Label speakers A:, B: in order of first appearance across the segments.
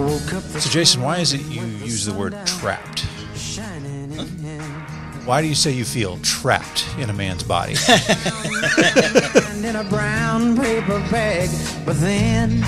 A: So, Jason, why is it you use the word trapped? Why do you say you feel trapped in a man's body?
B: in a brown paper bag, but then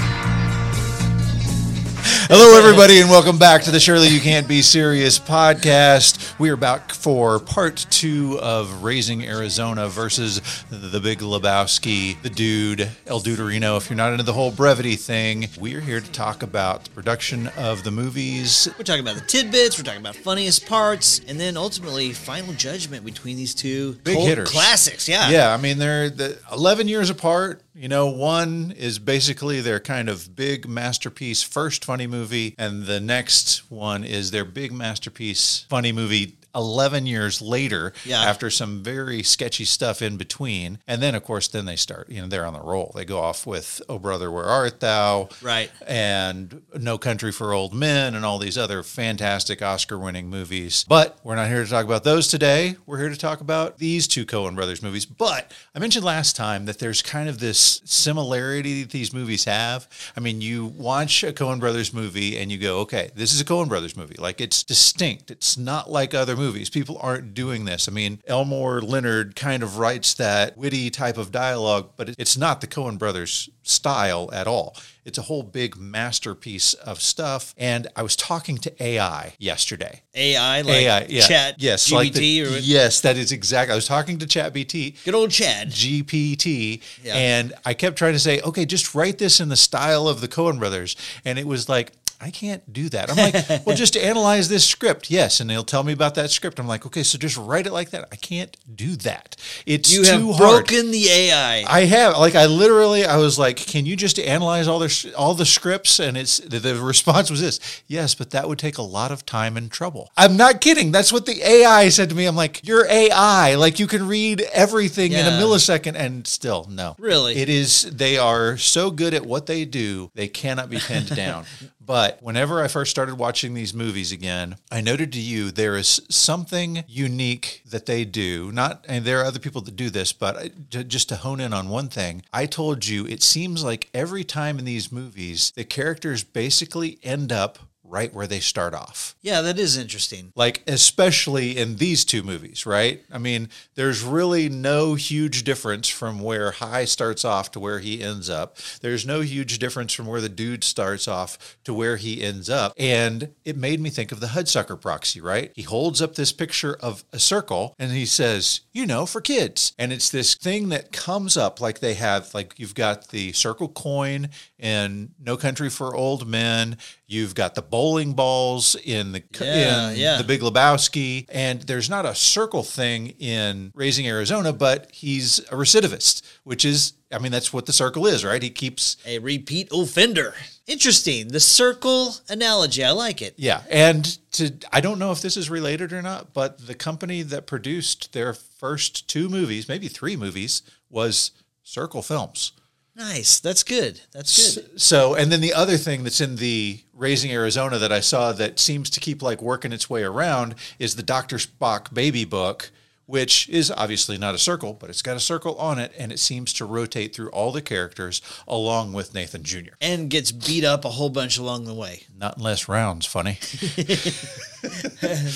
A: Hello, everybody, and welcome back to the Surely You Can't Be Serious podcast. We are back for part two of Raising Arizona versus the Big Lebowski, the dude, El Duderino. If you're not into the whole brevity thing, we are here to talk about the production of the movies.
C: We're talking about the tidbits. We're talking about funniest parts, and then ultimately final judgment between these two
A: Big
C: cult
A: hitters.
C: classics. Yeah,
A: Yeah, I mean they're the, 11 years apart. You know, one is basically their kind of big masterpiece first funny movie and the next one is their big masterpiece funny movie 11 years later
C: Yeah.
A: after some very sketchy stuff in between. And then of course then they start, you know, they're on the roll. They go off with Oh Brother Where Art Thou?
C: Right.
A: and No Country for Old Men and all these other fantastic Oscar winning movies. But we're not here to talk about those today. We're here to talk about these two Coen Brothers movies. But I mentioned last time that there's kind of this similarity that these movies have. I mean, you watch a Coen Brothers movie and you go, okay, this is a Coen Brothers movie. Like it's distinct, it's not like other movies. People aren't doing this. I mean, Elmore Leonard kind of writes that witty type of dialogue, but it's not the Coen Brothers style at all. It's a whole big masterpiece of stuff. And I was talking to AI yesterday.
C: AI like
A: AI, yeah,
C: chat,
A: yes,
C: GBT,
A: like the-
C: or
A: yes, that is exactly. I was talking to ChatBT,
C: good old Chad.
A: GPT,
C: Yeah.
A: and I kept trying to say, okay, just write this in the style of the Coen Brothers, and it was like. I can't do that. I'm like, well, just analyze this script. Yes, and they'll tell me about that script. I'm like, okay, so just write it like that. I can't do that. It's
C: You have
A: too hard.
C: broken the AI.
A: I have like I literally I was like, can you just analyze all their all the scripts? And it's the, the response was this: yes, but that would take a lot of time and trouble. I'm not kidding. That's what the AI said to me. I'm like, you're AI. Like you can read everything in a
C: Yeah.
A: millisecond, and still no.
C: Really?
A: it is. They are so good at what they do, they cannot be pinned down. But whenever I first started watching these movies again, I noted to you there is something unique that they do. Not, and there are other people that do this, but I- j- just to hone in on one thing, I told you it seems like every time in these movies, the characters basically end up right where they start off
C: yeah, that is interesting.
A: like especially in these two movies, right? I mean, there's really no huge difference from where High starts off to where he ends up. There's no huge difference from where the dude starts off to where he ends up. And it made me think of the Hudsucker proxy, right? He holds up this picture of a circle and he says, you know, for kids. And it's this thing that comes up like they have, like you've got the circle coin in No Country for Old Men. You've got the bowling balls in the
C: Yeah,
A: in
C: yeah.
A: The Big Lebowski. And there's not a circle thing in Raising Arizona, but he's a recidivist, which is, I mean, that's what the circle is, right? He keeps,
C: A repeat offender. Interesting. The circle analogy. I like it.
A: yeah. And to, I don't know if this is related or not, but the company that produced their first two movies, maybe three movies, was Circle Films.
C: Nice. That's good. That's good.
A: So, and then the other thing that's in the Raising Arizona that I saw that seems to keep like working its way around is the Dr. Spock baby book, which is obviously not a circle, but it's got a circle on it and it seems to rotate through all the characters along with Nathan Jr.
C: And gets beat up a whole bunch along the way.
A: Not unless rounds funny.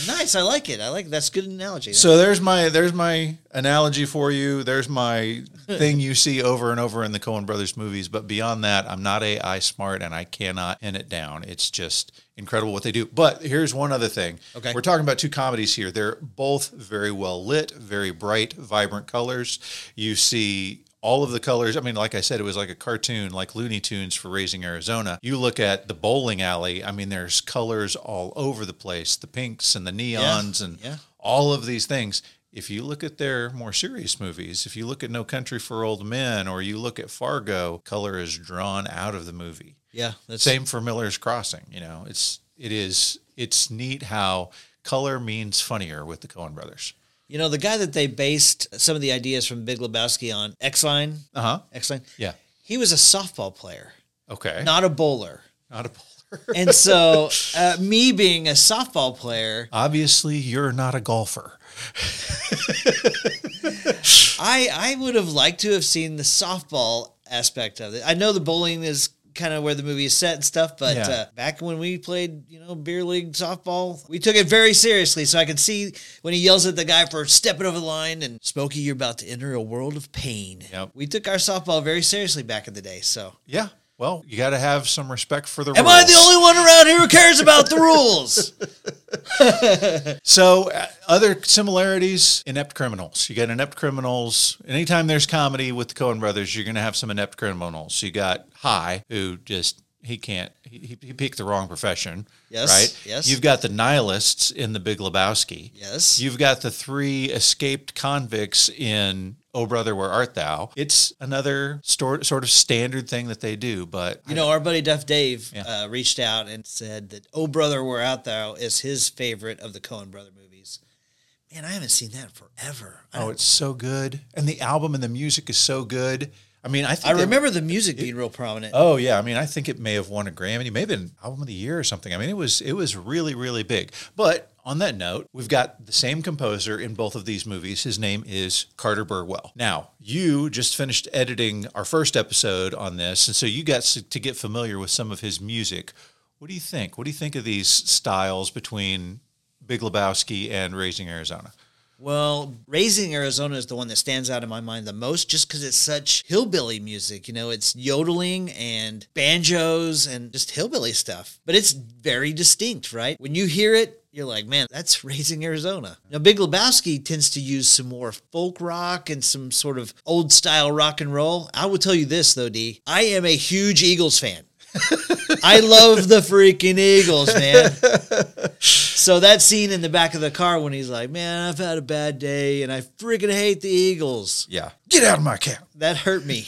C: Nice. I like it. I like that's good analogy.
A: So there's my there's my analogy for you. There's my thing you see over and over in the Coen Brothers movies. But beyond that, I'm not AI smart and I cannot pin it down. It's just incredible what they do. But here's one other thing.
C: Okay.
A: We're talking about two comedies here. They're both very well lit, very bright, vibrant colors. You see all of the colors. I mean, like I said, it was like a cartoon, like Looney Tunes for Raising Arizona. You look at the bowling alley. I mean, there's colors all over the place the pinks and the neons and
C: yeah.
A: all of these things. If you look at their more serious movies, if you look at No Country for Old Men or you look at Fargo, color is drawn out of the movie.
C: yeah. That's
A: Same for Miller's Crossing, you know. It's it is it's neat how color means funnier with the Coen brothers.
C: You know, the guy that they based some of the ideas from Big Lebowski on, X-Line,
A: Uh-huh.
C: X-Line,
A: Yeah.
C: he was a softball player,
A: Okay.
C: not a bowler.
A: Not a bowler.
C: And so, uh, me being a softball player,
A: Obviously, you're not a golfer.
C: I, I would have liked to have seen the softball aspect of it. I know the bowling is kind of where the movie is set and stuff. But
A: Yeah.
C: uh, back when we played, you know, beer league softball, we took it very seriously. So I can see when he yells at the guy for stepping over the line and Smokey, you're about to enter a world of pain.
A: Yep.
C: We took our softball very seriously back in the day. So
A: Yeah. Well, you got to have some respect for the
C: am
A: rules.
C: I the only one around here who cares about the rules?
A: So, uh, other similarities inept criminals. You got inept criminals. Anytime there's comedy with the Coen brothers, you're going to have some inept criminals. You got High, who just, he can't, he, he- he picked the wrong profession.
C: Yes,
A: Right?
C: yes.
A: You've got the nihilists in The Big Lebowski.
C: Yes.
A: You've got the three escaped convicts in. Oh brother, where art thou? It's another stor- sort of standard thing that they do, but
C: You know, our buddy Duff Dave uh, reached out and said that "Oh Brother, Where Out Thou" is his favorite of the Coen Brother movies. Man, I haven't seen that in forever. I,
A: oh, it's so good, and the album and the music is so good. I mean, I think
C: I
A: they-
C: remember the music being real prominent.
A: Oh yeah, I mean, I think it may have won a Grammy, It may have been album of the year or something. I mean, it was it was really really big. But on that note, we've got the same composer in both of these movies. His name is Carter Burwell. Now, you just finished editing our first episode on this, and so you got s- to get familiar with some of his music. What do you think? What do you think of these styles between Big Lebowski and Raising Arizona?
C: Well, Raising Arizona is the one that stands out in my mind the most just because it's such hillbilly music. You know, it's yodeling and banjos and just hillbilly stuff, but it's very distinct, right? When you hear it, you're like, man, that's Raising Arizona. Now, Big Lebowski tends to use some more folk rock and some sort of old style rock and roll. I will tell you this, though, D, I am a huge Eagles fan. I love the freaking Eagles, man. So that scene in the back of the car when he's like, "Man, I've had a bad day and I freaking hate the Eagles."
A: Yeah, get out of my cab.
C: That hurt me.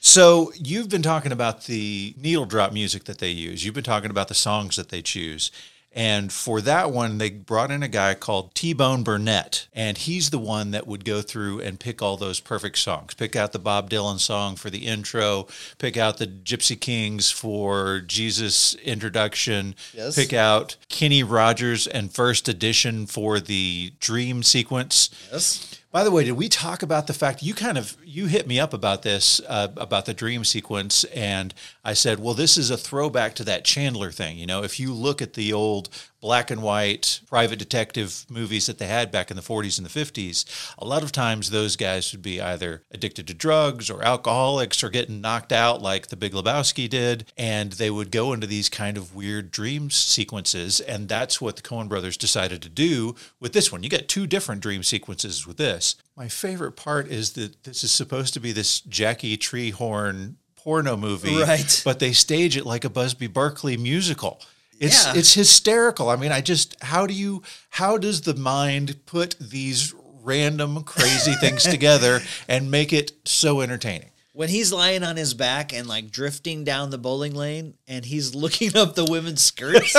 A: So you've been talking about the needle drop music that they use. You've been talking about the songs that they choose. And for that one, they brought in a guy called T Bone Burnett. And he's the one that would go through and pick all those perfect songs. Pick out the Bob Dylan song for the intro, pick out the Gypsy Kings for Jesus introduction,
C: Yes.
A: pick out Kenny Rogers and First Edition for the dream sequence.
C: yes.
A: By the way, did we talk about the fact you kind of you hit me up about this uh, about the dream sequence, and I said, well, this is a throwback to that Chandler thing. You know, if you look at the old black and white private detective movies that they had back in the 40s and the 50s, a lot of times those guys would be either addicted to drugs or alcoholics or getting knocked out like the Big Lebowski did, and they would go into these kind of weird dream sequences, and that's what the Coen brothers decided to do with this one. You get two different dream sequences with this. My favorite part is that this is supposed to be this Jackie Treehorn porno movie,
C: Right.
A: But they stage it like a Busby Berkeley musical. It's
C: Yeah.
A: it's hysterical. I mean, I just how do you how does the mind put these random crazy things together and make it so entertaining?
C: When he's lying on his back and like drifting down the bowling lane and he's looking up the women's skirts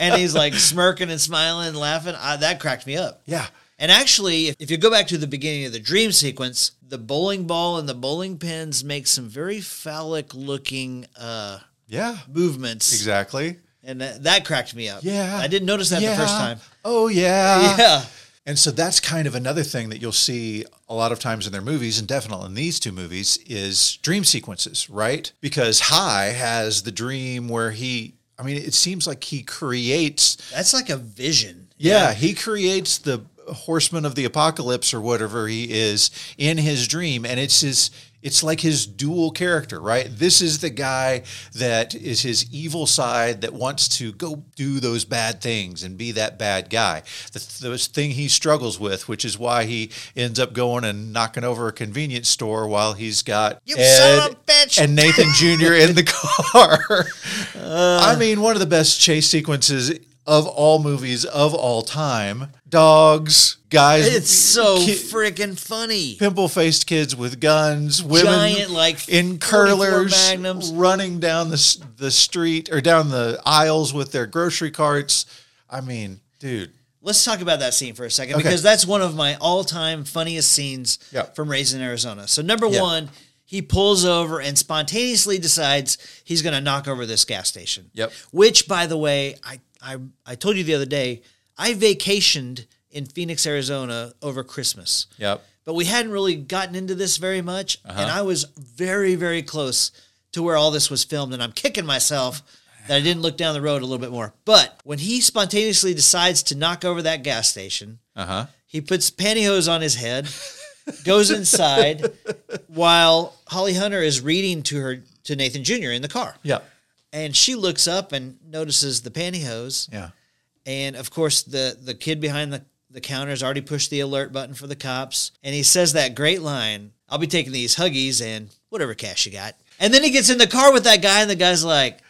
C: and he's like smirking and smiling and laughing, I, that cracked me up.
A: Yeah.
C: And actually, if, if you go back to the beginning of the dream sequence, the bowling ball and the bowling pins make some very phallic looking uh,
A: Yeah.
C: movements.
A: Exactly.
C: And that, that cracked me up.
A: Yeah.
C: I didn't notice that the first
A: Yeah.
C: time.
A: Oh yeah.
C: Yeah.
A: And so that's kind of another thing that you'll see a lot of times in their movies, and definitely in these two movies, is dream sequences, right? Because High has the dream where he, I mean, it seems like he creates
C: That's like a vision.
A: Yeah, he creates the horseman of the apocalypse or whatever he is in his dream and it's his it's like his dual character, right? This is the guy that is his evil side that wants to go do those bad things and be that bad guy. The, the thing he struggles with, which is why he ends up going and knocking over a convenience store while he's got
C: You son of a bitch.
A: and Nathan Jr. in the car.
C: Uh.
A: I mean, one of the best chase sequences of all movies of all time. Dogs, guys,
C: It's so
A: ki-
C: freaking funny.
A: pimple-faced kids with guns, women
C: Giant, like,
A: in
C: 44
A: curlers,
C: magnums.
A: running down the s- the street or down the aisles with their grocery carts. I mean, dude,
C: Let's talk about that scene for a second
A: Okay.
C: because that's one of my all-time funniest scenes
A: Yeah.
C: from Raising Arizona. So number
A: Yeah.
C: 1, he pulls over and spontaneously decides he's going to knock over this gas station.
A: Yep.
C: Which by the way, I I I told you the other day, I vacationed in Phoenix, Arizona over Christmas.
A: yep. Uh-huh.
C: but we hadn't really gotten into this very much. And I was very, very close to where all this was filmed, and I'm kicking myself that I didn't look down the road a little bit more. But when he spontaneously decides to knock over that gas station,
A: Uh huh.
C: he puts pantyhose on his head, goes inside, while Holly Hunter is reading to her to Nathan Jr. in the car.
A: Yeah.
C: And she looks up and notices the pantyhose.
A: Yeah.
C: And of course, the the kid behind the the counter has already pushed the alert button for the cops, and he says that great line: "I'll be taking these huggies and whatever cash you got." And then he gets in the car with that guy, and the guy's like,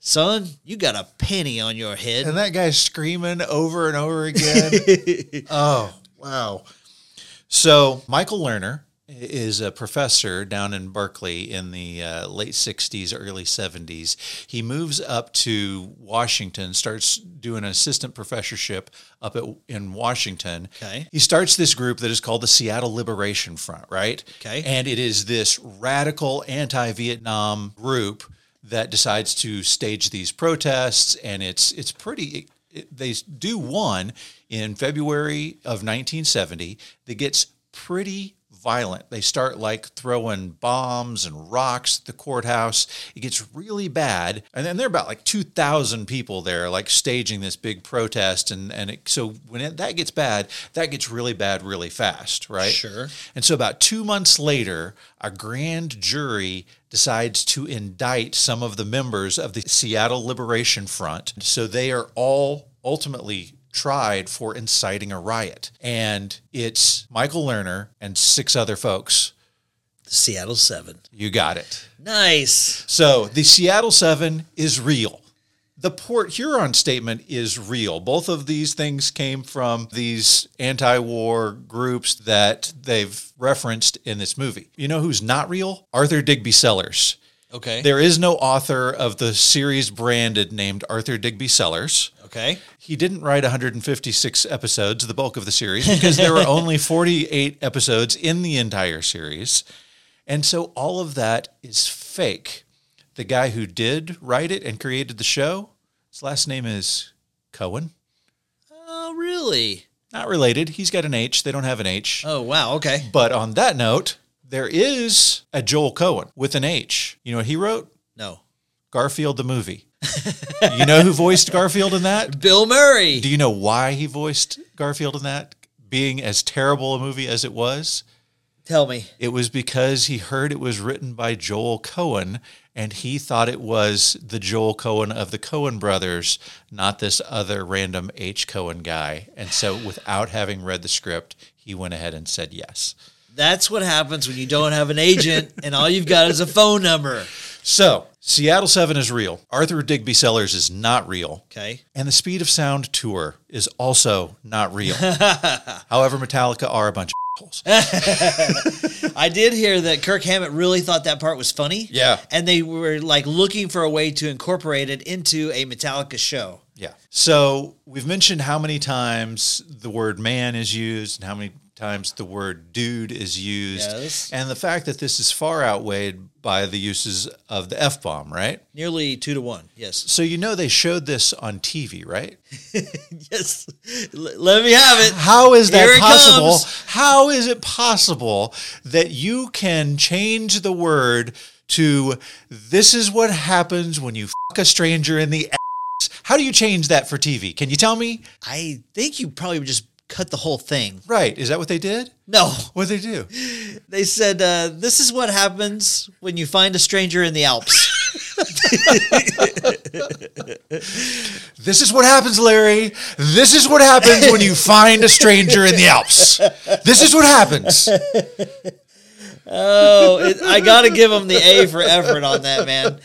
C: "Son, you got a penny on your head."
A: And that guy's screaming over and over again. oh, wow. So Michael Lerner is a professor down in Berkeley in the uh, late 60s, early 70s. He moves up to Washington, starts doing an assistant professorship up at, in Washington.
C: Okay.
A: He starts this group that is called the Seattle Liberation Front, right?
C: Okay.
A: And it is this radical anti Vietnam group that decides to stage these protests. And it's, it's pretty, it, they do one in February of 1970 that gets pretty violent. They start like throwing bombs and rocks at the courthouse. It gets really bad. And then there are about like 2,000 people there, like staging this big protest. And, and it, so when it, that gets bad, that gets really bad really fast, right?
C: Sure.
A: And so about two months later, a grand jury decides to indict some of the members of the Seattle Liberation Front. So they are all ultimately tried for inciting a riot. And it's Michael Lerner and six other folks.
C: Seattle Seven,
A: You got it.
C: nice.
A: So the Seattle Seven is real. The Port Huron statement is real. Both of these things came from these anti war groups that they've referenced in this movie. You know who's not real? Arthur Digby Sellers.
C: Okay,
A: There is no author of the series branded named Arthur Digby Sellers.
C: okay.
A: He didn't write 156 episodes, the bulk of the series, because there were only 48 episodes in the entire series. And so all of that is fake. The guy who did write it and created the show, his last name is Cohen.
C: Oh, really?
A: Not related. He's got an H. They don't have an H.
C: Oh, wow. Okay.
A: But on that note, there is a Joel Cohen with an H. You know what he wrote?
C: No,
A: Garfield the movie. you know who voiced Garfield in that?
C: Bill Murray.
A: Do you know why he voiced Garfield in that? Being as terrible a movie as it was,
C: Tell me.
A: it was because he heard it was written by Joel Cohen and he thought it was the Joel Cohen of the Cohen brothers, not this other random H. Cohen guy. And so, without having read the script, he went ahead and said yes.
C: That's what happens when you don't have an agent and all you've got is a phone number.
A: So, Seattle 7 is real. Arthur Digby Sellers is not real.
C: Okay.
A: And the Speed of Sound tour is also not real. However, Metallica are a bunch of assholes.
C: I did hear that Kirk Hammett really thought that part was funny.
A: Yeah.
C: And they were like looking for a way to incorporate it into a Metallica show.
A: Yeah. So we've mentioned how many times the word man is used and how many times the word dude is used.
C: Yes.
A: And the fact that this is far outweighed by the uses of the F bomb, right?
C: Nearly two to one. Yes.
A: So you know they showed this on TV, right?
C: Yes. L- let me have it.
A: How is that
C: Here it
A: possible?
C: comes.
A: How is it possible that you can change the word to this is what happens when you fuck a stranger in the ass? How do you change that for TV? Can you tell me?
C: I think you probably just cut the whole thing.
A: Right. Is that what they did?
C: No.
A: What did they do?
C: They said, uh, this is what happens when you find a stranger in the Alps.
A: This is what happens, Larry. This is what happens when you find a stranger in the Alps. This is what happens.
C: oh, it, I got to give them the A for effort on that, man.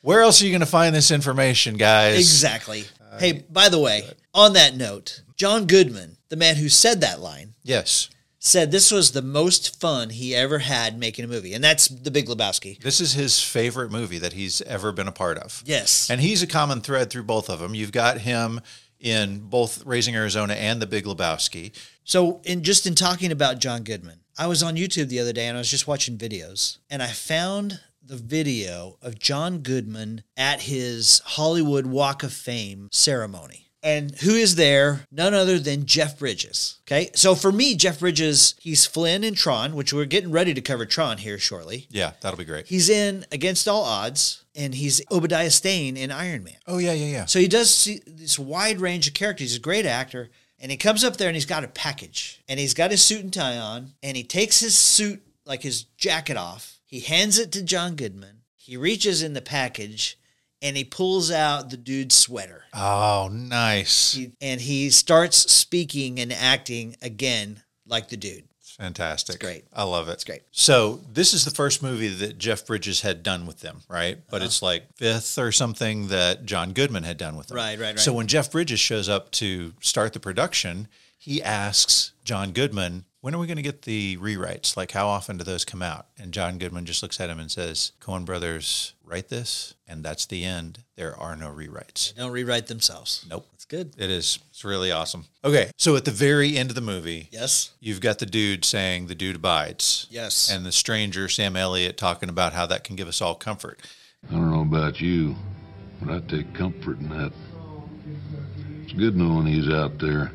A: Where else are you going to find this information, guys?
C: Exactly. hey, by the way, on that note, John Goodman, the man who said that line,
A: Yes.
C: said this was the most fun he ever had making a movie, and that's The Big Lebowski.
A: This is his favorite movie that he's ever been a part of.
C: Yes,
A: And he's a common thread through both of them. You've got him in both Raising Arizona and The Big Lebowski.
C: So, in just in talking about John Goodman, I was on YouTube the other day and I was just watching videos, and I found the video of John Goodman at his Hollywood Walk of Fame ceremony. And who is there? None other than Jeff Bridges. Okay. So for me, Jeff Bridges, he's Flynn in Tron, which we're getting ready to cover Tron here shortly.
A: Yeah, that'll be great.
C: He's in Against All Odds, and he's Obadiah Stane in Iron Man.
A: Oh yeah, yeah, yeah.
C: So he does see this wide range of characters. He's a great actor. And he comes up there and he's got a package. And he's got his suit and tie on. And he takes his suit, like his jacket off. He hands it to John Goodman. He reaches in the package and he pulls out the dude's sweater.
A: Oh, nice.
C: He- and he starts speaking and acting again like the dude.
A: It's fantastic.
C: great.
A: I love it. It's
C: great.
A: So this is the first movie that Jeff Bridges had done with them, right?
C: Uh-huh.
A: But it's like fifth or something that John Goodman had done with them.
C: Right, right, right.
A: So when Jeff Bridges shows up to start the production, he asks John Goodman, when are we going to get the rewrites? Like, how often do those come out? And John Goodman just looks at him and says, Coen Brothers, write this, and that's the end. There are no rewrites.
C: Don't rewrite themselves.
A: Nope.
C: That's good.
A: It is. It's really awesome. Okay. So at the very end of the movie,
C: Yes.
A: you've got the dude saying the dude abides.
C: Yes.
A: And the stranger, Sam Elliott, talking about how that can give us all comfort.
D: I don't know about you, but I take comfort in that. It's good knowing he's out there,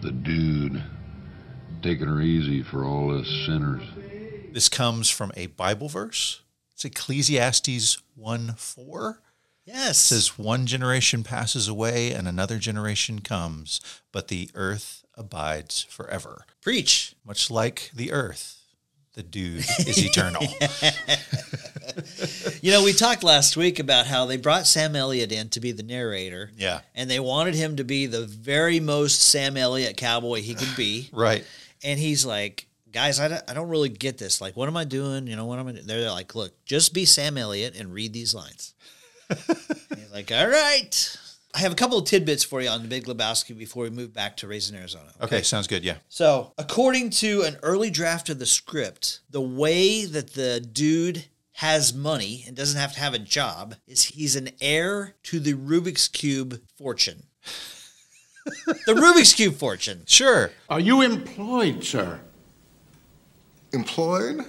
D: the dude, taking her easy for all us sinners.
A: This comes from a Bible verse. It's Ecclesiastes 1 4.
C: yes.
A: It says, One generation passes away and another generation comes, but the earth abides forever.
C: Preach.
A: Much like the earth, the dude is eternal.
C: You know, we talked last week about how they brought Sam Elliott in to be the narrator.
A: Yeah.
C: And they wanted him to be the very most Sam Elliott cowboy he could be.
A: Right.
C: And he's like, guys, I don't, I don't really get this. Like, what am I doing? You know, what am I doing? They're like, look, just be Sam Elliott and read these lines. And he's like, all right. I have a couple of tidbits for you on the Big Lebowski before we move back to Raising Arizona.
A: Okay. Sounds good. Yeah.
C: So, according to an early draft of the script, the way that the dude has money and doesn't have to have a job is he's an heir to the Rubik's Cube fortune. the Rubik's Cube fortune.
A: Sure.
E: Are you employed, sir?
F: Employed?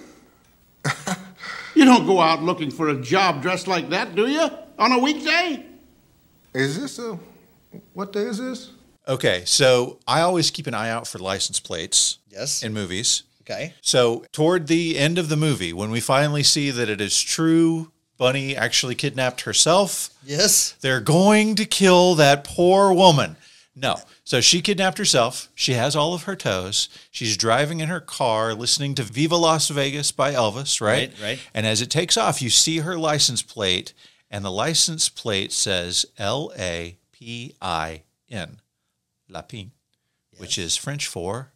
E: You don't go out looking for a job dressed like that, do you? On a weekday?
F: Is this a. What day is this?
A: Okay, so I always keep an eye out for license plates
C: Yes.
A: in movies.
C: Okay.
A: So, toward the end of the movie, when we finally see that it is true, Bunny actually kidnapped herself,
C: Yes.
A: they're going to kill that poor woman. No. So, she kidnapped herself. She has all of her toes. She's driving in her car, listening to Viva Las Vegas by Elvis, right?
C: Right, right.
A: And as it takes off, you see her license plate, and the license plate says L A P I N, Lapin, which is French for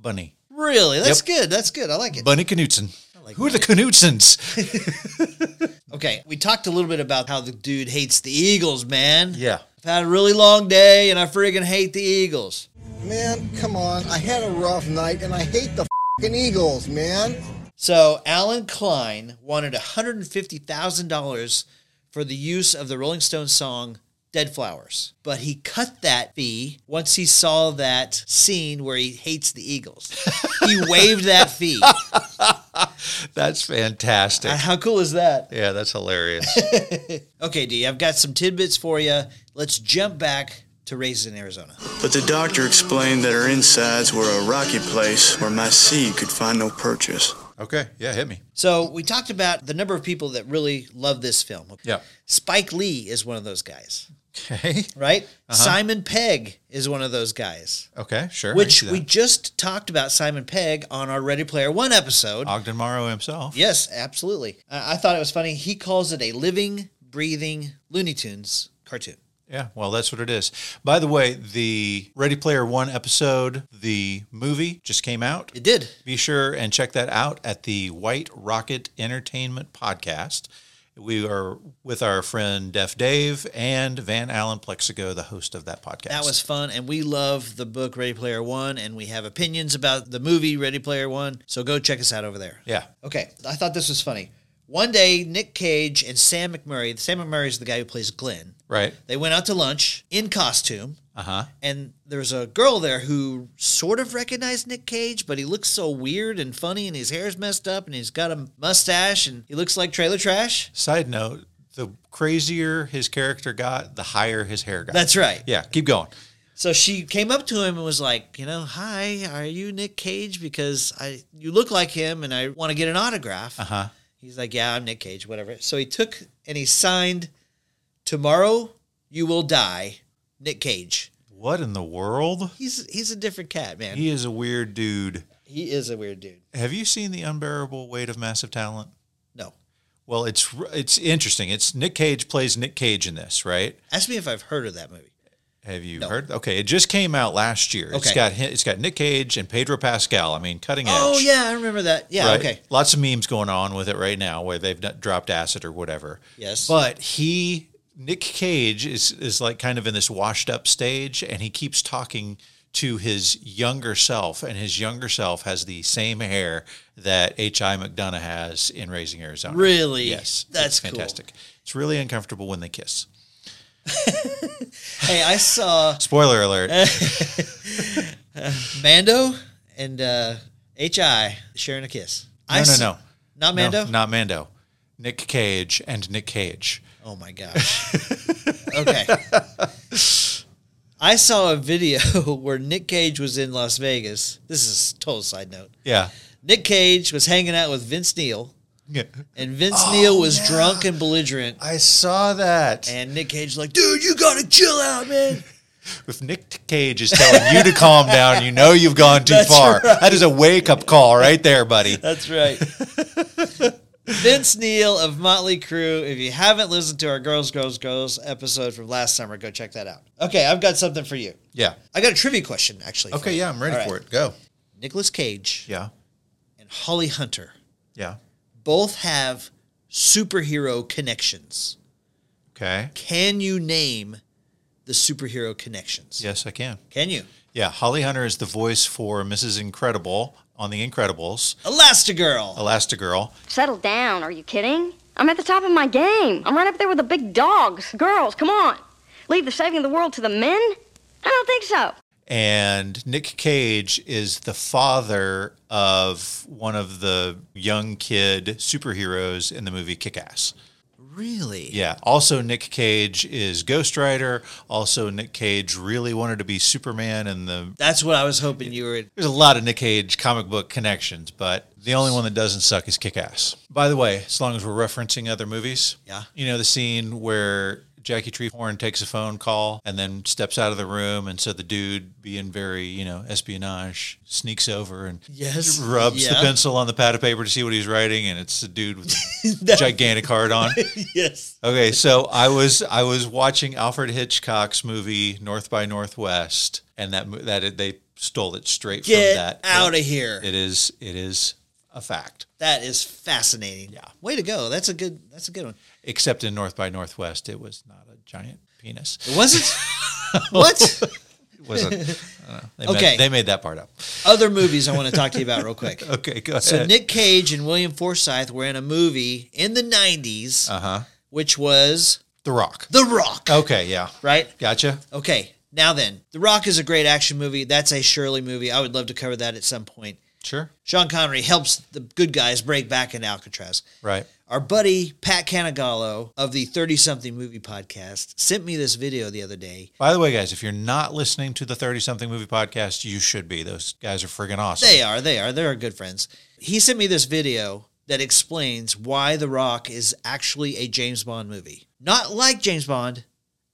A: bunny.
C: Really? That's good. That's good. I like it.
A: Bunny Knutson. Who are the Knutsons?
C: Okay. We talked a little bit about how the dude hates the Eagles, man.
A: Yeah.
C: I've had a really long day and I friggin' hate the Eagles.
G: Man, come on. I had a rough night and I hate the fing Eagles, man.
C: So Alan Klein wanted $150,000 for the use of the Rolling Stones song Dead Flowers, but he cut that fee once he saw that scene where he hates the Eagles. he waived that fee.
A: That's fantastic.
C: How cool is that?
A: Yeah, that's hilarious.
C: Okay, D, I've got some tidbits for you. Let's jump back to Raising Arizona.
H: But the doctor explained that her insides were a rocky place where my seed could find no purchase.
A: okay. Yeah, hit me.
C: So we talked about the number of people that really love this film.
A: Yeah.
C: Spike Lee is one of those guys,
A: Okay.
C: right?
A: Uh-huh.
C: Simon Pegg is one of those guys.
A: Okay, sure. I
C: which
A: see that.
C: we just talked about Simon Pegg on our Ready Player One episode.
A: Ogden Morrow himself.
C: yes, absolutely. I-, I thought it was funny. He calls it a living, breathing Looney Tunes cartoon.
A: Yeah, well, that's what it is. By the way, the Ready Player One episode, the movie, just came out.
C: It did.
A: Be sure and check that out at the White Rocket Entertainment Podcast. We are with our friend Def Dave and Van Allen Plexico, the host of that podcast.
C: That was fun, and we love the book Ready Player One, and we have opinions about the movie Ready Player One. So go check us out over there.
A: yeah.
C: Okay, I thought this was funny. One day, Nick Cage and Sam McMurray. Sam McMurray is the guy who plays Glenn.
A: Right.
C: They went out to lunch in costume. Uh
A: Uh-huh.
C: huh. And there was a girl there who sort of recognized Nick Cage, but he looks so weird and funny, and his hair's messed up, and he's got a mustache, and he looks like trailer trash.
A: Side note: the crazier his character got, the higher his hair got.
C: That's right.
A: Yeah, keep going.
C: So she came up to him and was like, you know, hi, are you Nick Cage? Because I you look like him and I want to get an autograph. Uh-huh. He's like, Yeah, I'm Nick Cage, whatever. So he took and he signed Tomorrow You Will Die, Nick Cage.
A: What in the world?
C: He's he's a different cat, man. He,
A: He is a weird dude.
C: is a weird dude.
A: Have you seen The Unbearable Weight of Massive Talent?
C: No.
A: Well, it's it's interesting. It's Nick Cage plays Nick Cage in this, right?
C: Ask me if I've heard of that movie.
A: Have you heard? Okay, it just came out last year. It's
C: Okay.
A: got hi- it's got Nick Cage and Pedro Pascal. I mean, cutting edge.
C: Oh yeah, I remember that. Yeah,
A: right?
C: okay.
A: Lots of memes going on with it right now where they've not- dropped acid or whatever.
C: Yes.
A: But he, Nick Cage, is, is like kind of in this washed up stage and he keeps talking to his younger self, and his younger self has the same hair that H.I. McDonough has in Raising Arizona.
C: Really?
A: Yes.
C: That's
A: It's
C: cool.
A: fantastic. It's really uncomfortable when they kiss.
C: Hey, I saw
A: Spoiler alert.
C: Mando and uh HI sharing a kiss. I
A: No, no,
C: s-
A: no.
C: Not
A: No,
C: Mando?
A: not Mando. Nick Cage and Nick Cage.
C: Oh my gosh. okay. I saw a video where Nick Cage was in Las Vegas. This is a total side note.
A: Yeah.
C: Nick Cage was hanging out with Vince Neil,
A: Yeah.
C: and Vince Neil was drunk and belligerent.
A: Oh, I saw that.
C: And Nick Cage was like, dude, you gotta chill out, man.
A: If Nick Cage is telling you to calm down, you know you've gone too far. That is a wake up call right there, buddy.
C: That's right. Vince Neil of Motley Crue. If you haven't listened to our Girls, Girls, Girls episode from last summer, go check that out. Okay, I've got something for you.
A: Yeah.
C: I got a trivia question, actually.
A: Okay, yeah, I'm ready for it. Go.
C: Nicholas Cage
A: Yeah.
C: and Holly Hunter
A: Yeah.
C: both have superhero connections.
A: Okay.
C: Can you name the superhero connections?
A: Yes, I can.
C: Can you?
A: Yeah, Holly Hunter is the voice for Mrs. Incredible on The Incredibles, Oh.
C: Elastigirl.
A: Elastigirl.
I: Settle down. Are you kidding? I'm at the top of my game. I'm right up there with the big dogs. Girls, come on. Leave the saving of the world to the men? I don't think so.
A: And Nick Cage is the father of one of the young kid superheroes in the movie Kick Ass.
C: Really?
A: Yeah. Also, Nick Cage is Ghost Rider. Also, Nick Cage really wanted to be Superman in the
C: That's what I was hoping you were.
A: There's a lot of Nick Cage comic book connections, but the only one that doesn't suck is Kick Ass. By the way, as long as we're referencing other movies,
C: Yeah.
A: you know the scene where Jackie Treehorn takes a phone call and then steps out of the room, and so the dude, being very you know espionage, sneaks over and
C: Yes.
A: rubs
C: Yeah.
A: the pencil on the pad of paper to see what he's writing, and it's a dude with a gigantic heart on.
C: Yes.
A: Okay, so I was I was watching Alfred Hitchcock's movie North by Northwest, and that mo- that they stole it straight
C: Get
A: from that.
C: out of here.
A: It is it is a fact.
C: That is fascinating. Yeah. Way to go. That's a good. That's a good one.
A: Except in North by Northwest, it was not a giant penis.
C: It wasn't. what
A: It wasn't. I don't know. They made-
C: Okay.
A: they made that part up.
C: other movies I want to talk to you about real quick?
A: Okay, go ahead.
C: So Nick Cage and William Forsythe were in a movie in the '90s, uh-huh. which was
A: the Rock.
C: The Rock.
A: Okay, yeah,
C: Right.
A: gotcha.
C: Okay, now then, The Rock is a great action movie. That's a Shirley movie. I would love to cover that at some point.
A: Sure.
C: Sean Connery helps the good guys break back into Alcatraz.
A: Right.
C: Our buddy Pat Canigallo of the 30 something movie podcast sent me this video the other day.
A: By the way, guys, if you're not listening to the Thirty Something Movie Podcast, you should be. Those guys are friggin' awesome.
C: They are, they are, they're good friends. He sent me this video that explains why The Rock is actually a James Bond movie. Not like James Bond,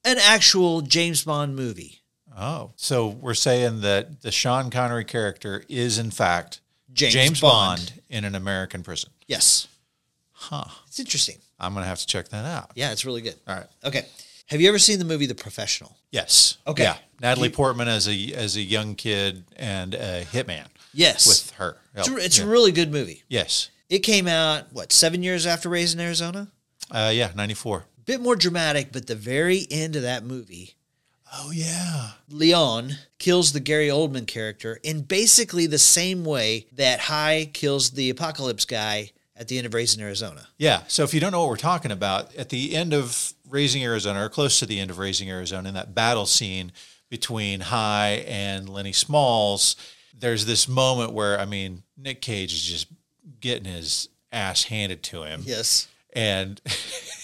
C: an actual James Bond movie.
A: Oh, so we're saying that the Sean Connery character is in fact
C: James
A: James,
C: Bond.
A: Bond. in an American prison.
C: Yes. Huh. It's interesting.
A: I'm gonna have to check that out.
C: Yeah, it's really good.
A: All right.
C: Okay. Have you ever seen the movie The Professional?
A: Yes.
C: Okay.
A: Yeah. Natalie Portman as a as a young kid and a hitman
C: Yes.
A: with her.
C: it's,
A: Oh,
C: it's
A: yeah.
C: a really good movie.
A: yes.
C: It came out, what, seven years after Raising Arizona?
A: Uh, yeah. Ninety four.
C: A bit more dramatic, but the very end of that movie,
A: Oh yeah.
C: Leon kills the Gary Oldman character in basically the same way that High kills the apocalypse guy at the end of Raising Arizona.
A: Yeah. So if you don't know what we're talking about, at the end of Raising Arizona, or close to the end of Raising Arizona, in that battle scene between High and Lenny Smalls, there's this moment where, I mean, Nick Cage is just getting his ass handed to him.
C: Yes.
A: And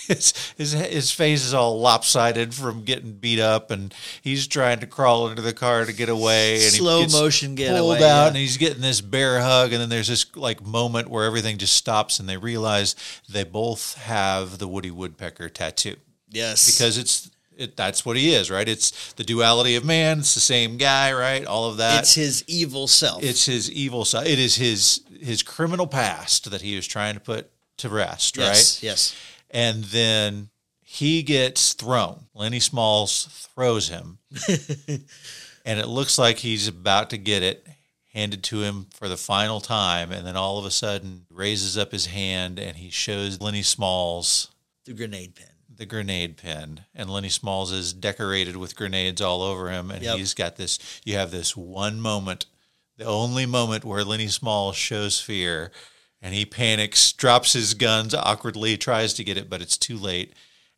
A: his, his his face is all lopsided from getting beat up, and he's trying to crawl under the car to get away. And
C: Slow
A: he gets
C: motion getaway,
A: pulled out,
C: yeah.
A: and he's getting this bear hug, and then there's this like moment where everything just stops, and they realize they both have the Woody Woodpecker tattoo
C: Yes.
A: because it's. It, that's what he is, right? It's the duality of man. It's the same guy, right? All of that
C: it's his evil self.
A: it's his evil side. It is his his criminal past that he was trying to put to rest,
C: yes,
A: right?
C: yes.
A: And then he gets thrown. Lenny Smalls throws him, and it looks like he's about to get it handed to him for the final time. And then all of a sudden, raises up his hand and he shows Lenny Smalls
C: The grenade pin.
A: the grenade pin and Lenny Smalls is decorated with grenades all over him and
C: Yep.
A: he's got this you have this one moment the only moment where Lenny Smalls shows fear and he panics drops his guns awkwardly tries to get it but it's too late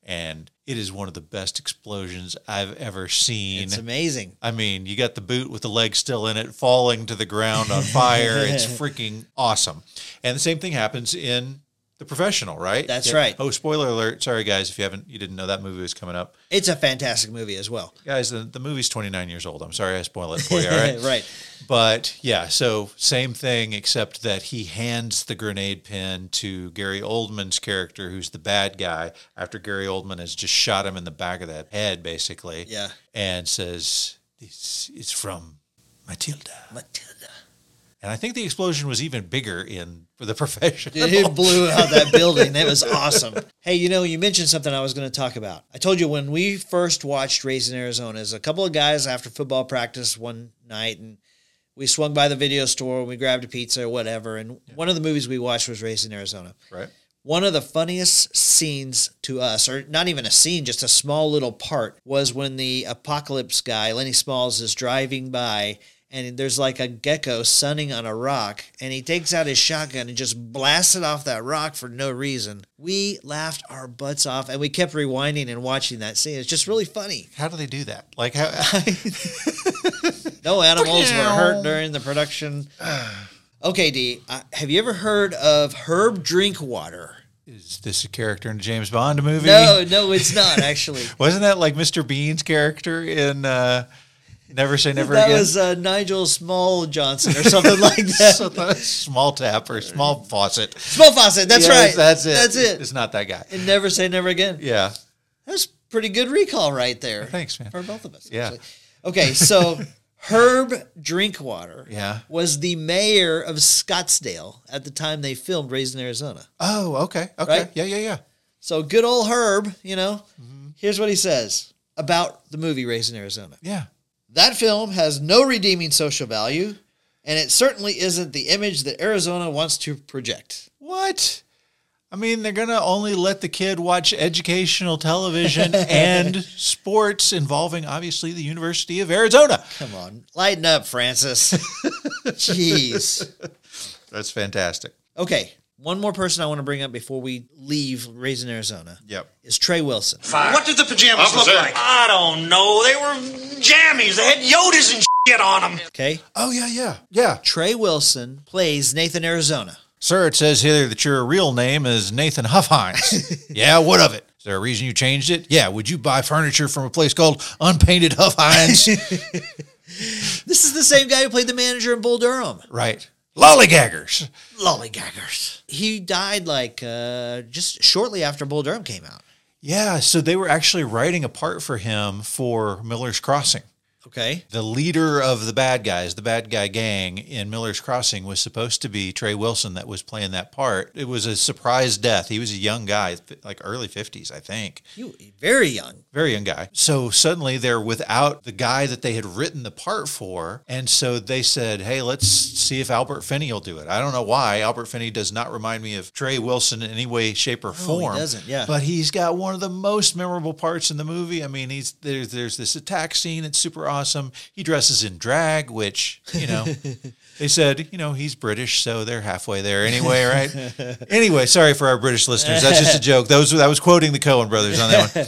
A: and it is one of the best explosions I've ever seen
C: It's amazing.
A: I mean you got the boot with the leg still in it falling to the ground on fire it's freaking awesome and the same thing happens in the professional, right?
C: That's right.
A: Oh, spoiler alert. Sorry, guys, if you haven't, you didn't know that movie was coming up.
C: It's a fantastic movie as well.
A: Guys, the, the movie's 29 years old. I'm sorry I spoiled it for you. All right.
C: Right.
A: But yeah, so same thing, except that he hands the grenade pin to Gary Oldman's character, who's the bad guy, after Gary Oldman has just shot him in the back of the head, basically.
C: Yeah.
A: And says, This is from Matilda.
C: Matilda.
A: And I think the explosion was even bigger in for the profession.
C: Dude, it blew out that building. That was awesome. Hey, you know, you mentioned something I was going to talk about. I told you when we first watched Raising Arizona, is a couple of guys after football practice one night, and we swung by the video store and we grabbed a pizza or whatever. And one of the movies we watched was Raising Arizona.
A: Right.
C: One of the funniest scenes to us, or not even a scene, just a small little part, was when the apocalypse guy, Lenny Smalls, is driving by and there's like a gecko sunning on a rock and he takes out his shotgun and just blasts it off that rock for no reason. We laughed our butts off and we kept rewinding and watching that scene. It's just really funny.
A: How do they do that? Like, how.
C: No animals were hurt during the production. Okay, D, uh, have you ever heard of Herb Drinkwater?
A: Is this a character in a James Bond movie?
C: No, no, it's not actually.
A: Wasn't that like Mr. Bean's character in uh, Never Say Never
C: that
A: Again?
C: was uh, Nigel Small Johnson or something like that.
A: Something- small tap or small faucet.
C: Small Fawcett, that's
A: Yes,
C: right.
A: That's it.
C: That's it.
A: It's not that guy.
C: and never say never again.
A: Yeah.
C: That's pretty good recall right there.
A: Thanks, man.
C: For both of us.
A: Yeah.
C: actually. Okay, so Herb Drinkwater
A: Yeah.
C: was the mayor of Scottsdale at the time they filmed Raising Arizona.
A: Oh, okay. Okay.
C: Right?
A: Yeah, yeah, yeah.
C: So good old Herb, you know,
A: Mm-hmm.
C: here's what he says about the movie Raising Arizona.
A: Yeah.
C: That film has no redeeming social value, and it certainly isn't the image that Arizona wants to project.
A: What? I mean, they're going to only let the kid watch educational television and sports involving, obviously, the University of Arizona.
C: Come on, lighten up, Francis. Jeez.
A: That's fantastic.
C: Okay, one more person I want to bring up before we leave Raising Arizona
A: Yep.
C: is Trey Wilson.
J: What did the pajamas look like? I don't know. They were jammies. They had yodas and shit on them.
C: Okay,
A: Oh, yeah, yeah. Yeah.
C: Trey Wilson plays Nathan Arizona.
A: Sir, it says here that your real name is Nathan Huffhines. yeah, what of it? Is there a reason you changed it? Yeah, would you buy furniture from a place called Unpainted Huffhines?
C: This is the same guy who played the manager in Bull Durham.
A: right. Lollygaggers.
C: Lollygaggers. He died like uh, just shortly after Bull Durham came out.
A: Yeah, so they were actually writing a part for him for Miller's Crossing.
C: Okay.
A: The leader of the bad guys, the bad guy gang in Miller's Crossing was supposed to be Trey Wilson that was playing that part. It was a surprise death. He was a young guy, like early 50s, I think.
C: You very young.
A: very young guy. So suddenly they're without the guy that they had written the part for. And so they said, hey, let's see if Albert Finney will do it. I don't know why. Albert Finney does not remind me of Trey Wilson in any way, shape, or form.
C: Oh, doesn't, yeah.
A: But he's got one of the most memorable parts in the movie. I mean, he's there's there's this attack scene, it's super awesome. He dresses in drag, which, you know, they said, you know, he's British, so they're halfway there anyway, right? anyway, sorry for our British listeners. That's just a joke. Those I was quoting the Cohen brothers on that one.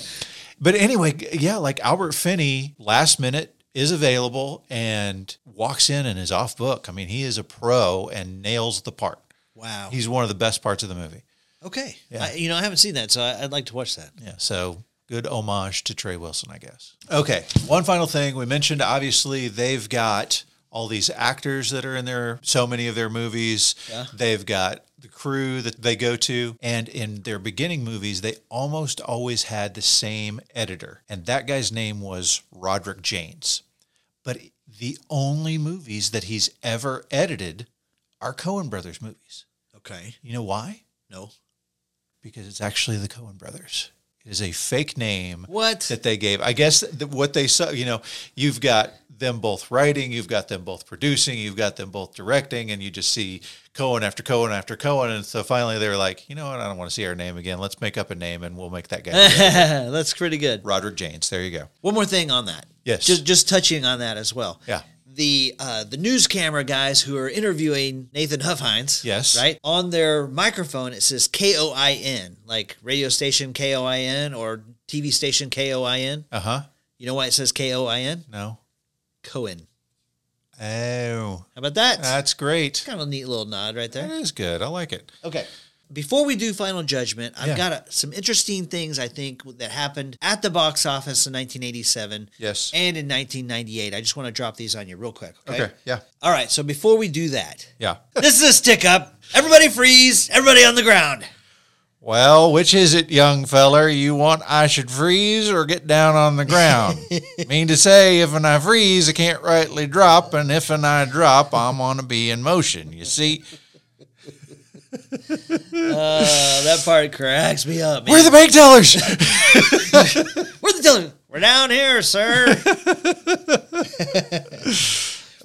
A: But anyway, g- yeah, like Albert Finney, last minute is available and walks in and is off book. I mean, he is a pro and nails the part.
C: Wow.
A: He's one of the best parts of the movie.
C: Okay.
A: Yeah.
C: I, you know, I haven't seen that, so I, I'd like to watch that.
A: Yeah, so good homage to Trey Wilson, I guess. Okay, one final thing we mentioned. Obviously, they've got all these actors that are in their so many of their movies.
C: Yeah.
A: They've got the crew that they go to, and in their beginning movies, they almost always had the same editor, and that guy's name was Roderick James. But the only movies that he's ever edited are Coen Brothers movies.
C: Okay.
A: You know why?
C: No.
A: Because it's actually the Coen Brothers. It is a fake name
C: What?
A: that they gave. I guess that what they saw, you know, you've got them both writing, you've got them both producing, you've got them both directing, and you just see Cohen after Cohen after Cohen. And so finally they were like, you know what? I don't want to see our name again. Let's make up a name and we'll make that guy.
C: That's pretty good.
A: Roderick James. There you go.
C: One more thing on that.
A: Yes.
C: Just just touching on that as well.
A: Yeah.
C: The uh, the news camera guys who are interviewing Nathan Huffhines.
A: Yes.
C: Right on their microphone, it says K O I N, like radio station K O I N or TV station K O I N.
A: Uh huh.
C: You know why it says K O I N?
A: No.
C: Cohen.
A: Oh,
C: How about that?
A: that's great.
C: kind of a neat little nod right
A: That
C: there.
A: is good. I like it.
C: Okay. Before we do final judgment, I've
A: Yeah.
C: got a, some interesting things I think that happened at the box office in 1987
A: Yes.
C: and in 1998. I just want to drop these on you real quick. Okay.
A: okay. Yeah.
C: All right. So before we do that,
A: Yeah.
C: this is a stick up. Everybody freeze. Everybody on the ground.
A: Well, which is it, young feller? You want I should freeze or get down on the ground? mean to say, if and I freeze, I can't rightly drop, and if and I drop, I'm gonna be in motion. You see,
C: Uh, that part cracks me up. Man.
A: where are the bank tellers?
C: Where the teller? We're down here, sir.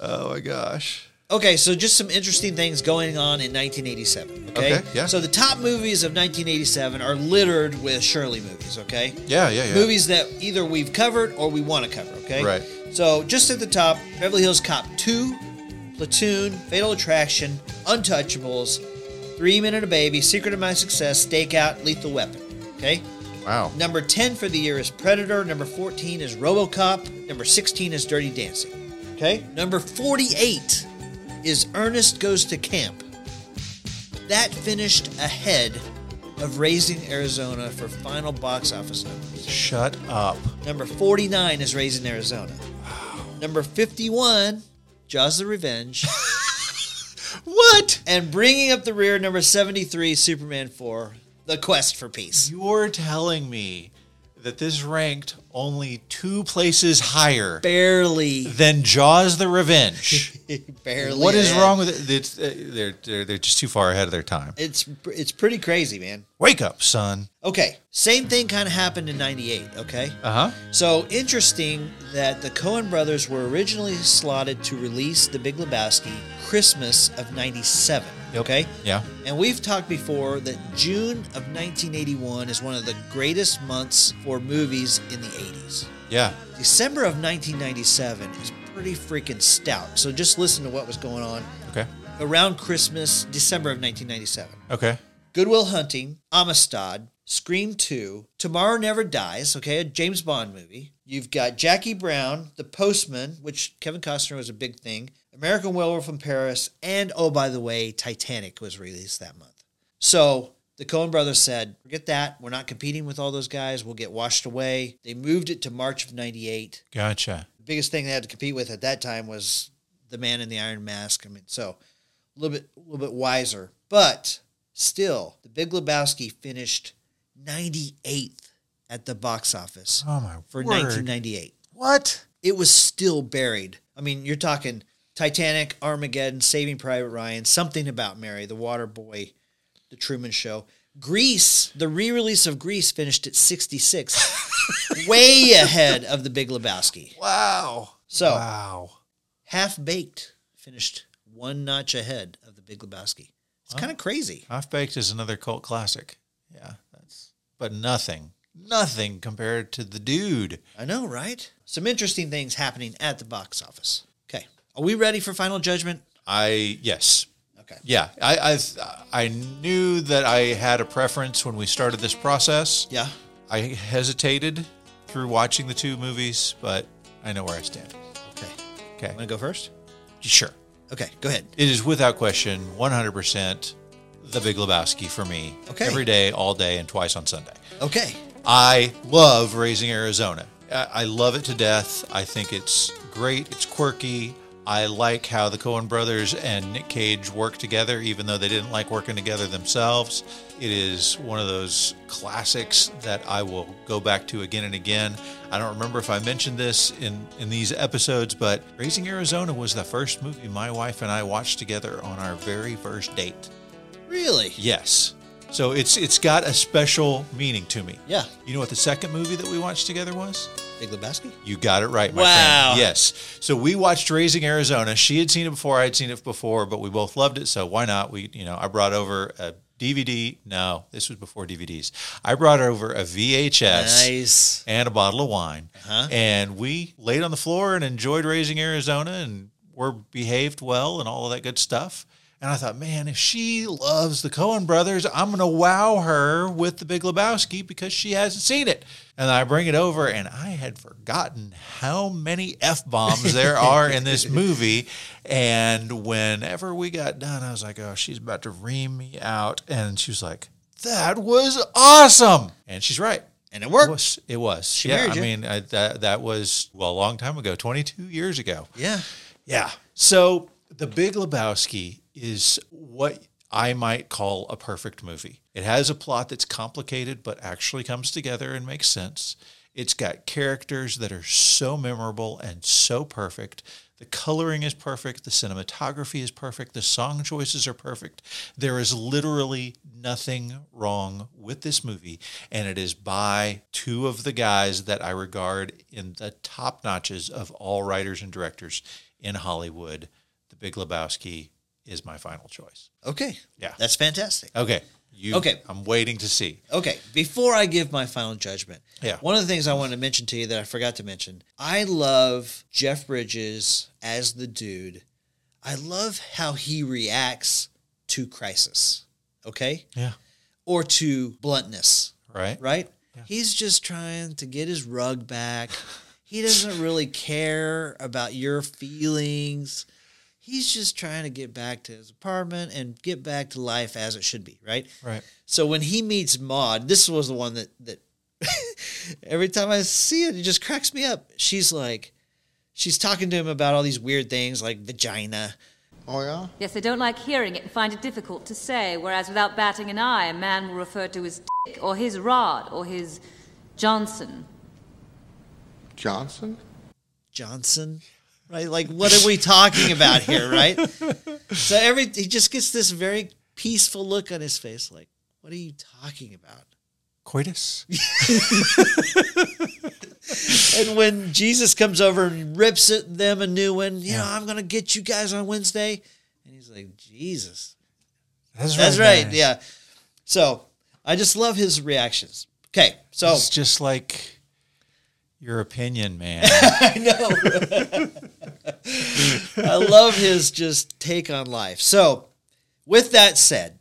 A: oh my gosh!
C: Okay, so just some interesting things going on in 1987. Okay,
A: Okay, yeah.
C: So the top movies of 1987 are littered with Shirley movies. Okay,
A: Yeah, yeah, yeah.
C: movies that either we've covered or we want to cover. Okay,
A: Right.
C: So just at the top, Beverly Hills Cop 2, Platoon, Fatal Attraction, Untouchables, Three Men and a Baby, Secret of My Success, Stakeout, Lethal Weapon. Okay.
A: Wow.
C: Number 10 for the year is Predator. Number 14 is Robocop. Number 16 is Dirty Dancing. Okay. Number 48 is Ernest Goes to Camp. That finished ahead of Raising Arizona for final box office numbers.
A: Shut up.
C: Number 49 is Raising Arizona. Number 51, Jaws the Revenge.
A: What?
C: and bringing up the rear, number 73, Superman 4, The Quest for Peace.
A: You're telling me that this ranked only two places higher
C: Barely,
A: than Jaws: The Revenge.
C: barely.
A: what is
C: ahead.
A: wrong with it? It's, uh, they're, they're they're just too far ahead of their time.
C: It's it's pretty crazy, man.
A: Wake up, son.
C: Okay, same thing kind of happened in '98. Okay,
A: Uh huh.
C: so interesting that the Coen Brothers were originally slotted to release The Big Lebowski Christmas of '97. Okay,
A: Yeah.
C: and we've talked before that June of 1981 is one of the greatest months for movies in the '80s.
A: Yeah.
C: December of 1997 is pretty freaking stout. So just listen to what was going on
A: Okay.
C: around Christmas, December of 1997.
A: Okay.
C: Goodwill Hunting, Amistad, Scream 2, Tomorrow Never Dies, okay, a James Bond movie. You've got Jackie Brown, The Postman, which Kevin Costner was a big thing, American Werewolf in Paris, and oh, by the way, Titanic was released that month. So the Coen brothers said, forget that. We're not competing with all those guys. We'll get washed away. They moved it to March of 98
A: Gotcha.
C: the biggest thing they had to compete with at that time was the man in the iron mask. I mean, so a little bit, a little bit wiser, but still, the Big Lebowski finished 98th at the box office
A: Oh my
C: for
A: word.
C: 1998.
A: What?
C: It was still buried. I mean, you're talking Titanic, Armageddon, Saving Private Ryan, Something About Mary, The Water Boy, The Truman Show. Grease, the re-release of Grease finished at 66, way ahead of The Big Lebowski.
A: Wow.
C: So
A: Wow.
C: half baked finished one notch ahead of the Big Lebowski. It's kind of crazy.
A: Half Baked is another cult classic. Yeah, that's but nothing. Nothing compared to the dude.
C: I know, right? Some interesting things happening at the box office. Okay, are we ready for final judgment?
A: I yes.
C: Okay.
A: Yeah. I I I knew that I had a preference when we started this process.
C: Yeah.
A: I hesitated through watching the two movies, but I know where I stand.
C: Okay.
A: Okay.
C: Want to go first?
A: Sure.
C: Okay, go ahead.
A: It is without question 100% The Big Lebowski for me
C: Okay.
A: every day, all day, and twice on Sunday.
C: Okay.
A: I love Raising Arizona. I I love it to death. I think it's great. It's quirky. I like how the Coen brothers and Nick Cage work together, even though they didn't like working together themselves. It is one of those classics that I will go back to again and again. I don't remember if I mentioned this in, in these episodes, but Raising Arizona was the first movie my wife and I watched together on our very first date.
C: Really?
A: Yes. So it's it's got a special meaning to me.
C: Yeah.
A: You know what the second movie that we watched together was?
C: Big Lebowski?
A: You got it right, my
C: Wow.
A: friend. Yes. So we watched Raising Arizona. She had seen it before. I had seen it before, but we both loved it. So why not? We, you know, I brought over a DVD. No, this was before DVDs. I brought over a VHS
C: Nice.
A: and a bottle of wine.
C: Uh-huh.
A: And we laid on the floor and enjoyed Raising Arizona and were behaved well and all of that good stuff. And I thought, man, if she loves the Cohen brothers, I'm going to wow her with the Big Lebowski because she hasn't seen it. And I bring it over, and I had forgotten how many F bombs there are in this movie. And whenever we got done, I was like, oh, she's about to ream me out. And she was like, that was awesome. And she's right.
C: And it worked.
A: Was, it was. yeah,
C: married
A: I
C: you.
A: mean I, that that was well a long time ago, 22 years ago.
C: Yeah.
A: Yeah. So The Big Lebowski is what I might call a perfect movie. It has a plot that's complicated but actually comes together and makes sense. It's got characters that are so memorable and so perfect. The coloring is perfect. The cinematography is perfect. The song choices are perfect. There is literally nothing wrong with this movie. And it is by two of the guys that I regard in the top notches of all writers and directors in Hollywood. The Big Lebowski is my final choice.
C: Okay.
A: Yeah.
C: That's fantastic.
A: Okay. You,
C: Okay.
A: I'm waiting to see.
C: Okay, before I give my final judgment,
A: Yeah.
C: one of the things I wanted to mention to you that I forgot to mention, I love Jeff Bridges as the dude. I love how he reacts to crisis, okay,
A: Yeah.
C: or to bluntness,
A: Right.
C: right? He's just trying to get his rug back. he doesn't really care about your feelings. He's just trying to get back to his apartment and get back to life as it should be, right?
A: Right.
C: So when he meets Maud, this was the one that that every time I see it, it just cracks me up. She's like, she's talking to him about all these weird things like vagina.
G: Oh, yeah?
K: Yes, they don't like hearing it and find it difficult to say, whereas without batting an eye, a man will refer to his dick or his rod or his Johnson.
G: Johnson?
C: Johnson, right? Like, what are we talking about here, right? So every he just gets this very peaceful look on his face, like, what are you talking about?
A: Coitus.
C: And when Jesus comes over and rips it, them a new one, you know, I'm gonna get you guys on Wednesday, and he's like, Jesus, that's right,
A: man.
C: yeah. So I just love his reactions. Okay, so
A: It's just like your opinion, man.
C: I know. I love his just take on life. So, with that said,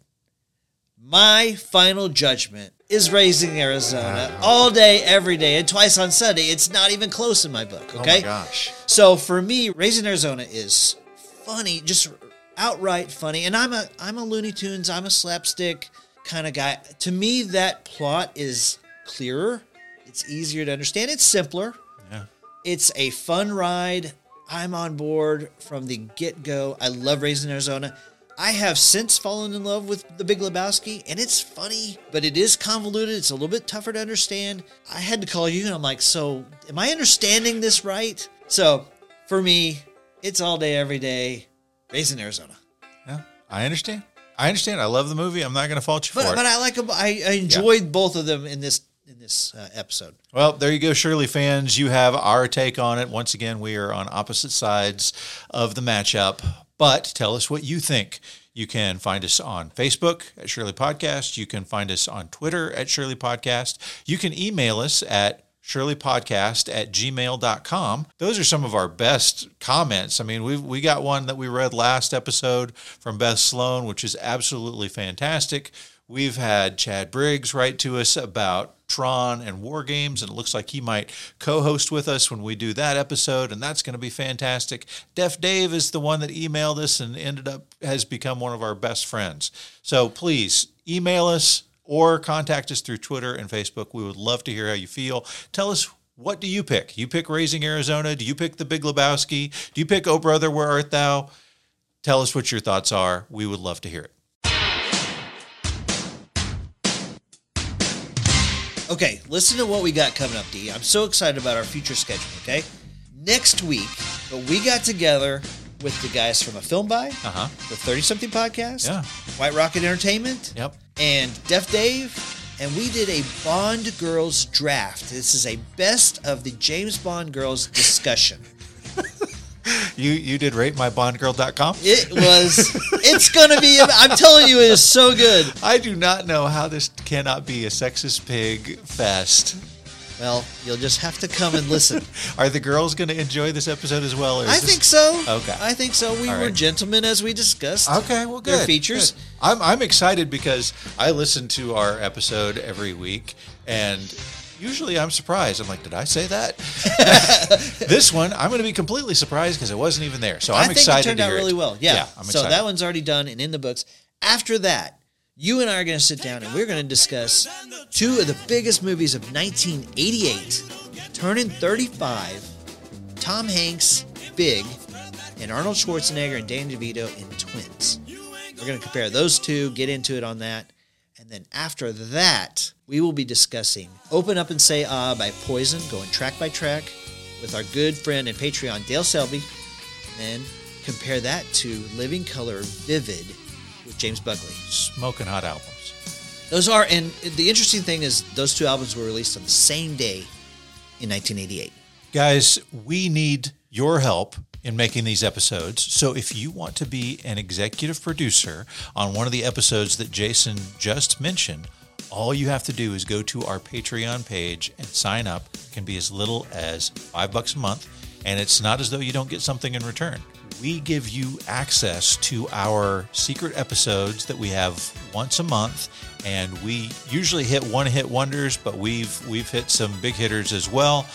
C: my final judgment is raising Arizona all day, every day, and twice on Sunday. It's not even close in my book. Okay.
A: gosh.
C: So for me, raising Arizona is funny, just outright funny. And I'm a I'm a Looney Tunes, I'm a slapstick kind of guy. To me, that plot is clearer. It's easier to understand. It's simpler.
A: Yeah.
C: It's a fun ride. I'm on board from the get go. I love Raising Arizona. I have since fallen in love with The Big Lebowski, and it's funny, but it is convoluted. It's a little bit tougher to understand. I had to call you, and I'm like, so am I understanding this right? So for me, it's all day, every day, Raising Arizona.
A: Yeah. I understand. I understand. I love the movie. I'm not going to fault you
C: But,
A: for it.
C: but I like 'em. I, I enjoyed both of them in this in this uh, episode.
A: Well, there you go, Shirley fans. You have our take on it. Once again, we are on opposite sides of the matchup, but tell us what you think. You can find us on Facebook at Shirley Podcast. You can find us on Twitter at Shirley Podcast. You can email us at shirleypodcast at gmail.com. Those are some of our best comments. I mean, we've, we got one that we read last episode from Beth Sloan, which is absolutely fantastic. We've had Chad Briggs write to us about Tron and War Games, and it looks like he might co-host with us when we do that episode, and that's going to be fantastic. Def Dave is the one that emailed us and ended up has become one of our best friends. So please email us or contact us through Twitter and Facebook. We would love to hear how you feel. Tell us what do you pick? You pick Raising Arizona? Do you pick The Big Lebowski? Do you pick Oh Brother, Where Art Thou? Tell us what your thoughts are. We would love to hear it.
C: Okay, listen to what we got coming up, D. I'm so excited about our future schedule, okay? Next week, but we got together with the guys from A Film By,
A: uh-huh.
C: the 30 something podcast,
A: Yeah.
C: White Rocket Entertainment,
A: Yep.
C: and Def Dave, and we did a Bond Girls draft. This is a best of the James Bond Girls discussion.
A: You you did rate my bondgirl.com?
C: It was. It's gonna be. I'm telling you, it is so good.
A: I do not know how this cannot be a sexist pig fest.
C: Well, you'll just have to come and listen.
A: Are the girls going to enjoy this episode as well? Or is
C: I
A: this-
C: think so.
A: Okay.
C: I think so. We
A: All
C: were
A: right.
C: gentlemen as we discussed.
A: Okay, well, good.
C: Their features.
A: good. I'm, I'm excited because I listen to our episode every week, and usually I'm surprised. I'm like, did I say that? this one, I'm going to be completely surprised because I wasn't even there. So I'm
C: I think
A: excited.
C: it turned
A: to
C: out
A: hear
C: really
A: it.
C: well. Yeah.
A: I'm
C: so
A: excited.
C: that one's already done and in the books. After that, you and I are going to sit down and we're going to discuss two of the biggest movies of 1988, Turning 35, Tom Hanks, Big, and Arnold Schwarzenegger and Danny DeVito in Twins. We're going to compare those two, get into it on that. And then after that, we will be discussing Open Up and Say Ah by Poison, going track by track with our good friend and Patreon, Dale Selby. And compare that to Living Color Vivid with James Buckley.
A: Smoking hot albums.
C: Those are, and the interesting thing is, those two albums were released on the same day in 1988.
A: Guys, we need your help in making these episodes. So if you want to be an executive producer on one of the episodes that Jason just mentioned, all you have to do is go to our Patreon page and sign up. It can be as little as 5 bucks a month, and it's not as though you don't get something in return. We give you access to our secret episodes that we have once a month and we usually hit one hit wonders, but we've we've hit some big hitters as well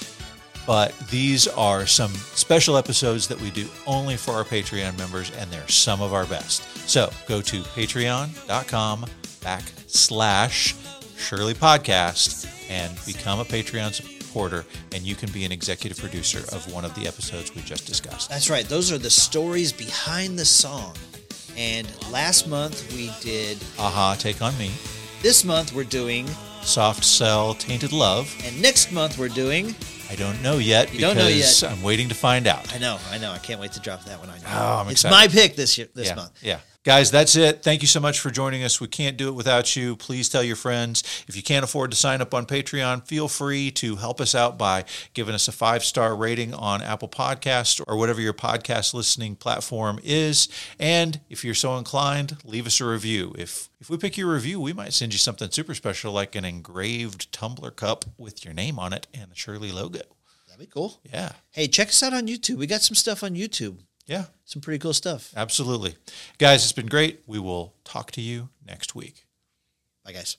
A: but these are some special episodes that we do only for our Patreon members, and they're some of our best. So go to patreon.com backslash Shirley Podcast and become a Patreon supporter, and you can be an executive producer of one of the episodes we just discussed.
C: That's right. Those are the stories behind the song. And last month we did,
A: Aha, take on me.
C: this month we're doing,
A: Soft sell, tainted love.
C: and next month we're doing.
A: I don't know yet
C: You
A: because
C: don't know yet.
A: I'm waiting to find out.
C: I know, I know. I can't wait to drop that one on you.
A: Oh, I'm
C: it's
A: excited.
C: my pick this year, this
A: yeah,
C: month.
A: Yeah. Guys, that's it. Thank you so much for joining us. We can't do it without you. Please tell your friends. If you can't afford to sign up on Patreon, feel free to help us out by giving us a five star rating on Apple Podcasts or whatever your podcast listening platform is. And if you're so inclined, leave us a review. If if we pick your review, we might send you something super special like an engraved tumbler cup with your name on it and the Shirley logo.
C: That'd be cool.
A: Yeah.
C: Hey, check us out on YouTube. We got some stuff on YouTube.
A: Yeah.
C: Some pretty cool stuff.
A: Absolutely. Guys, it's been great. We will talk to you next week.
C: Bye, guys.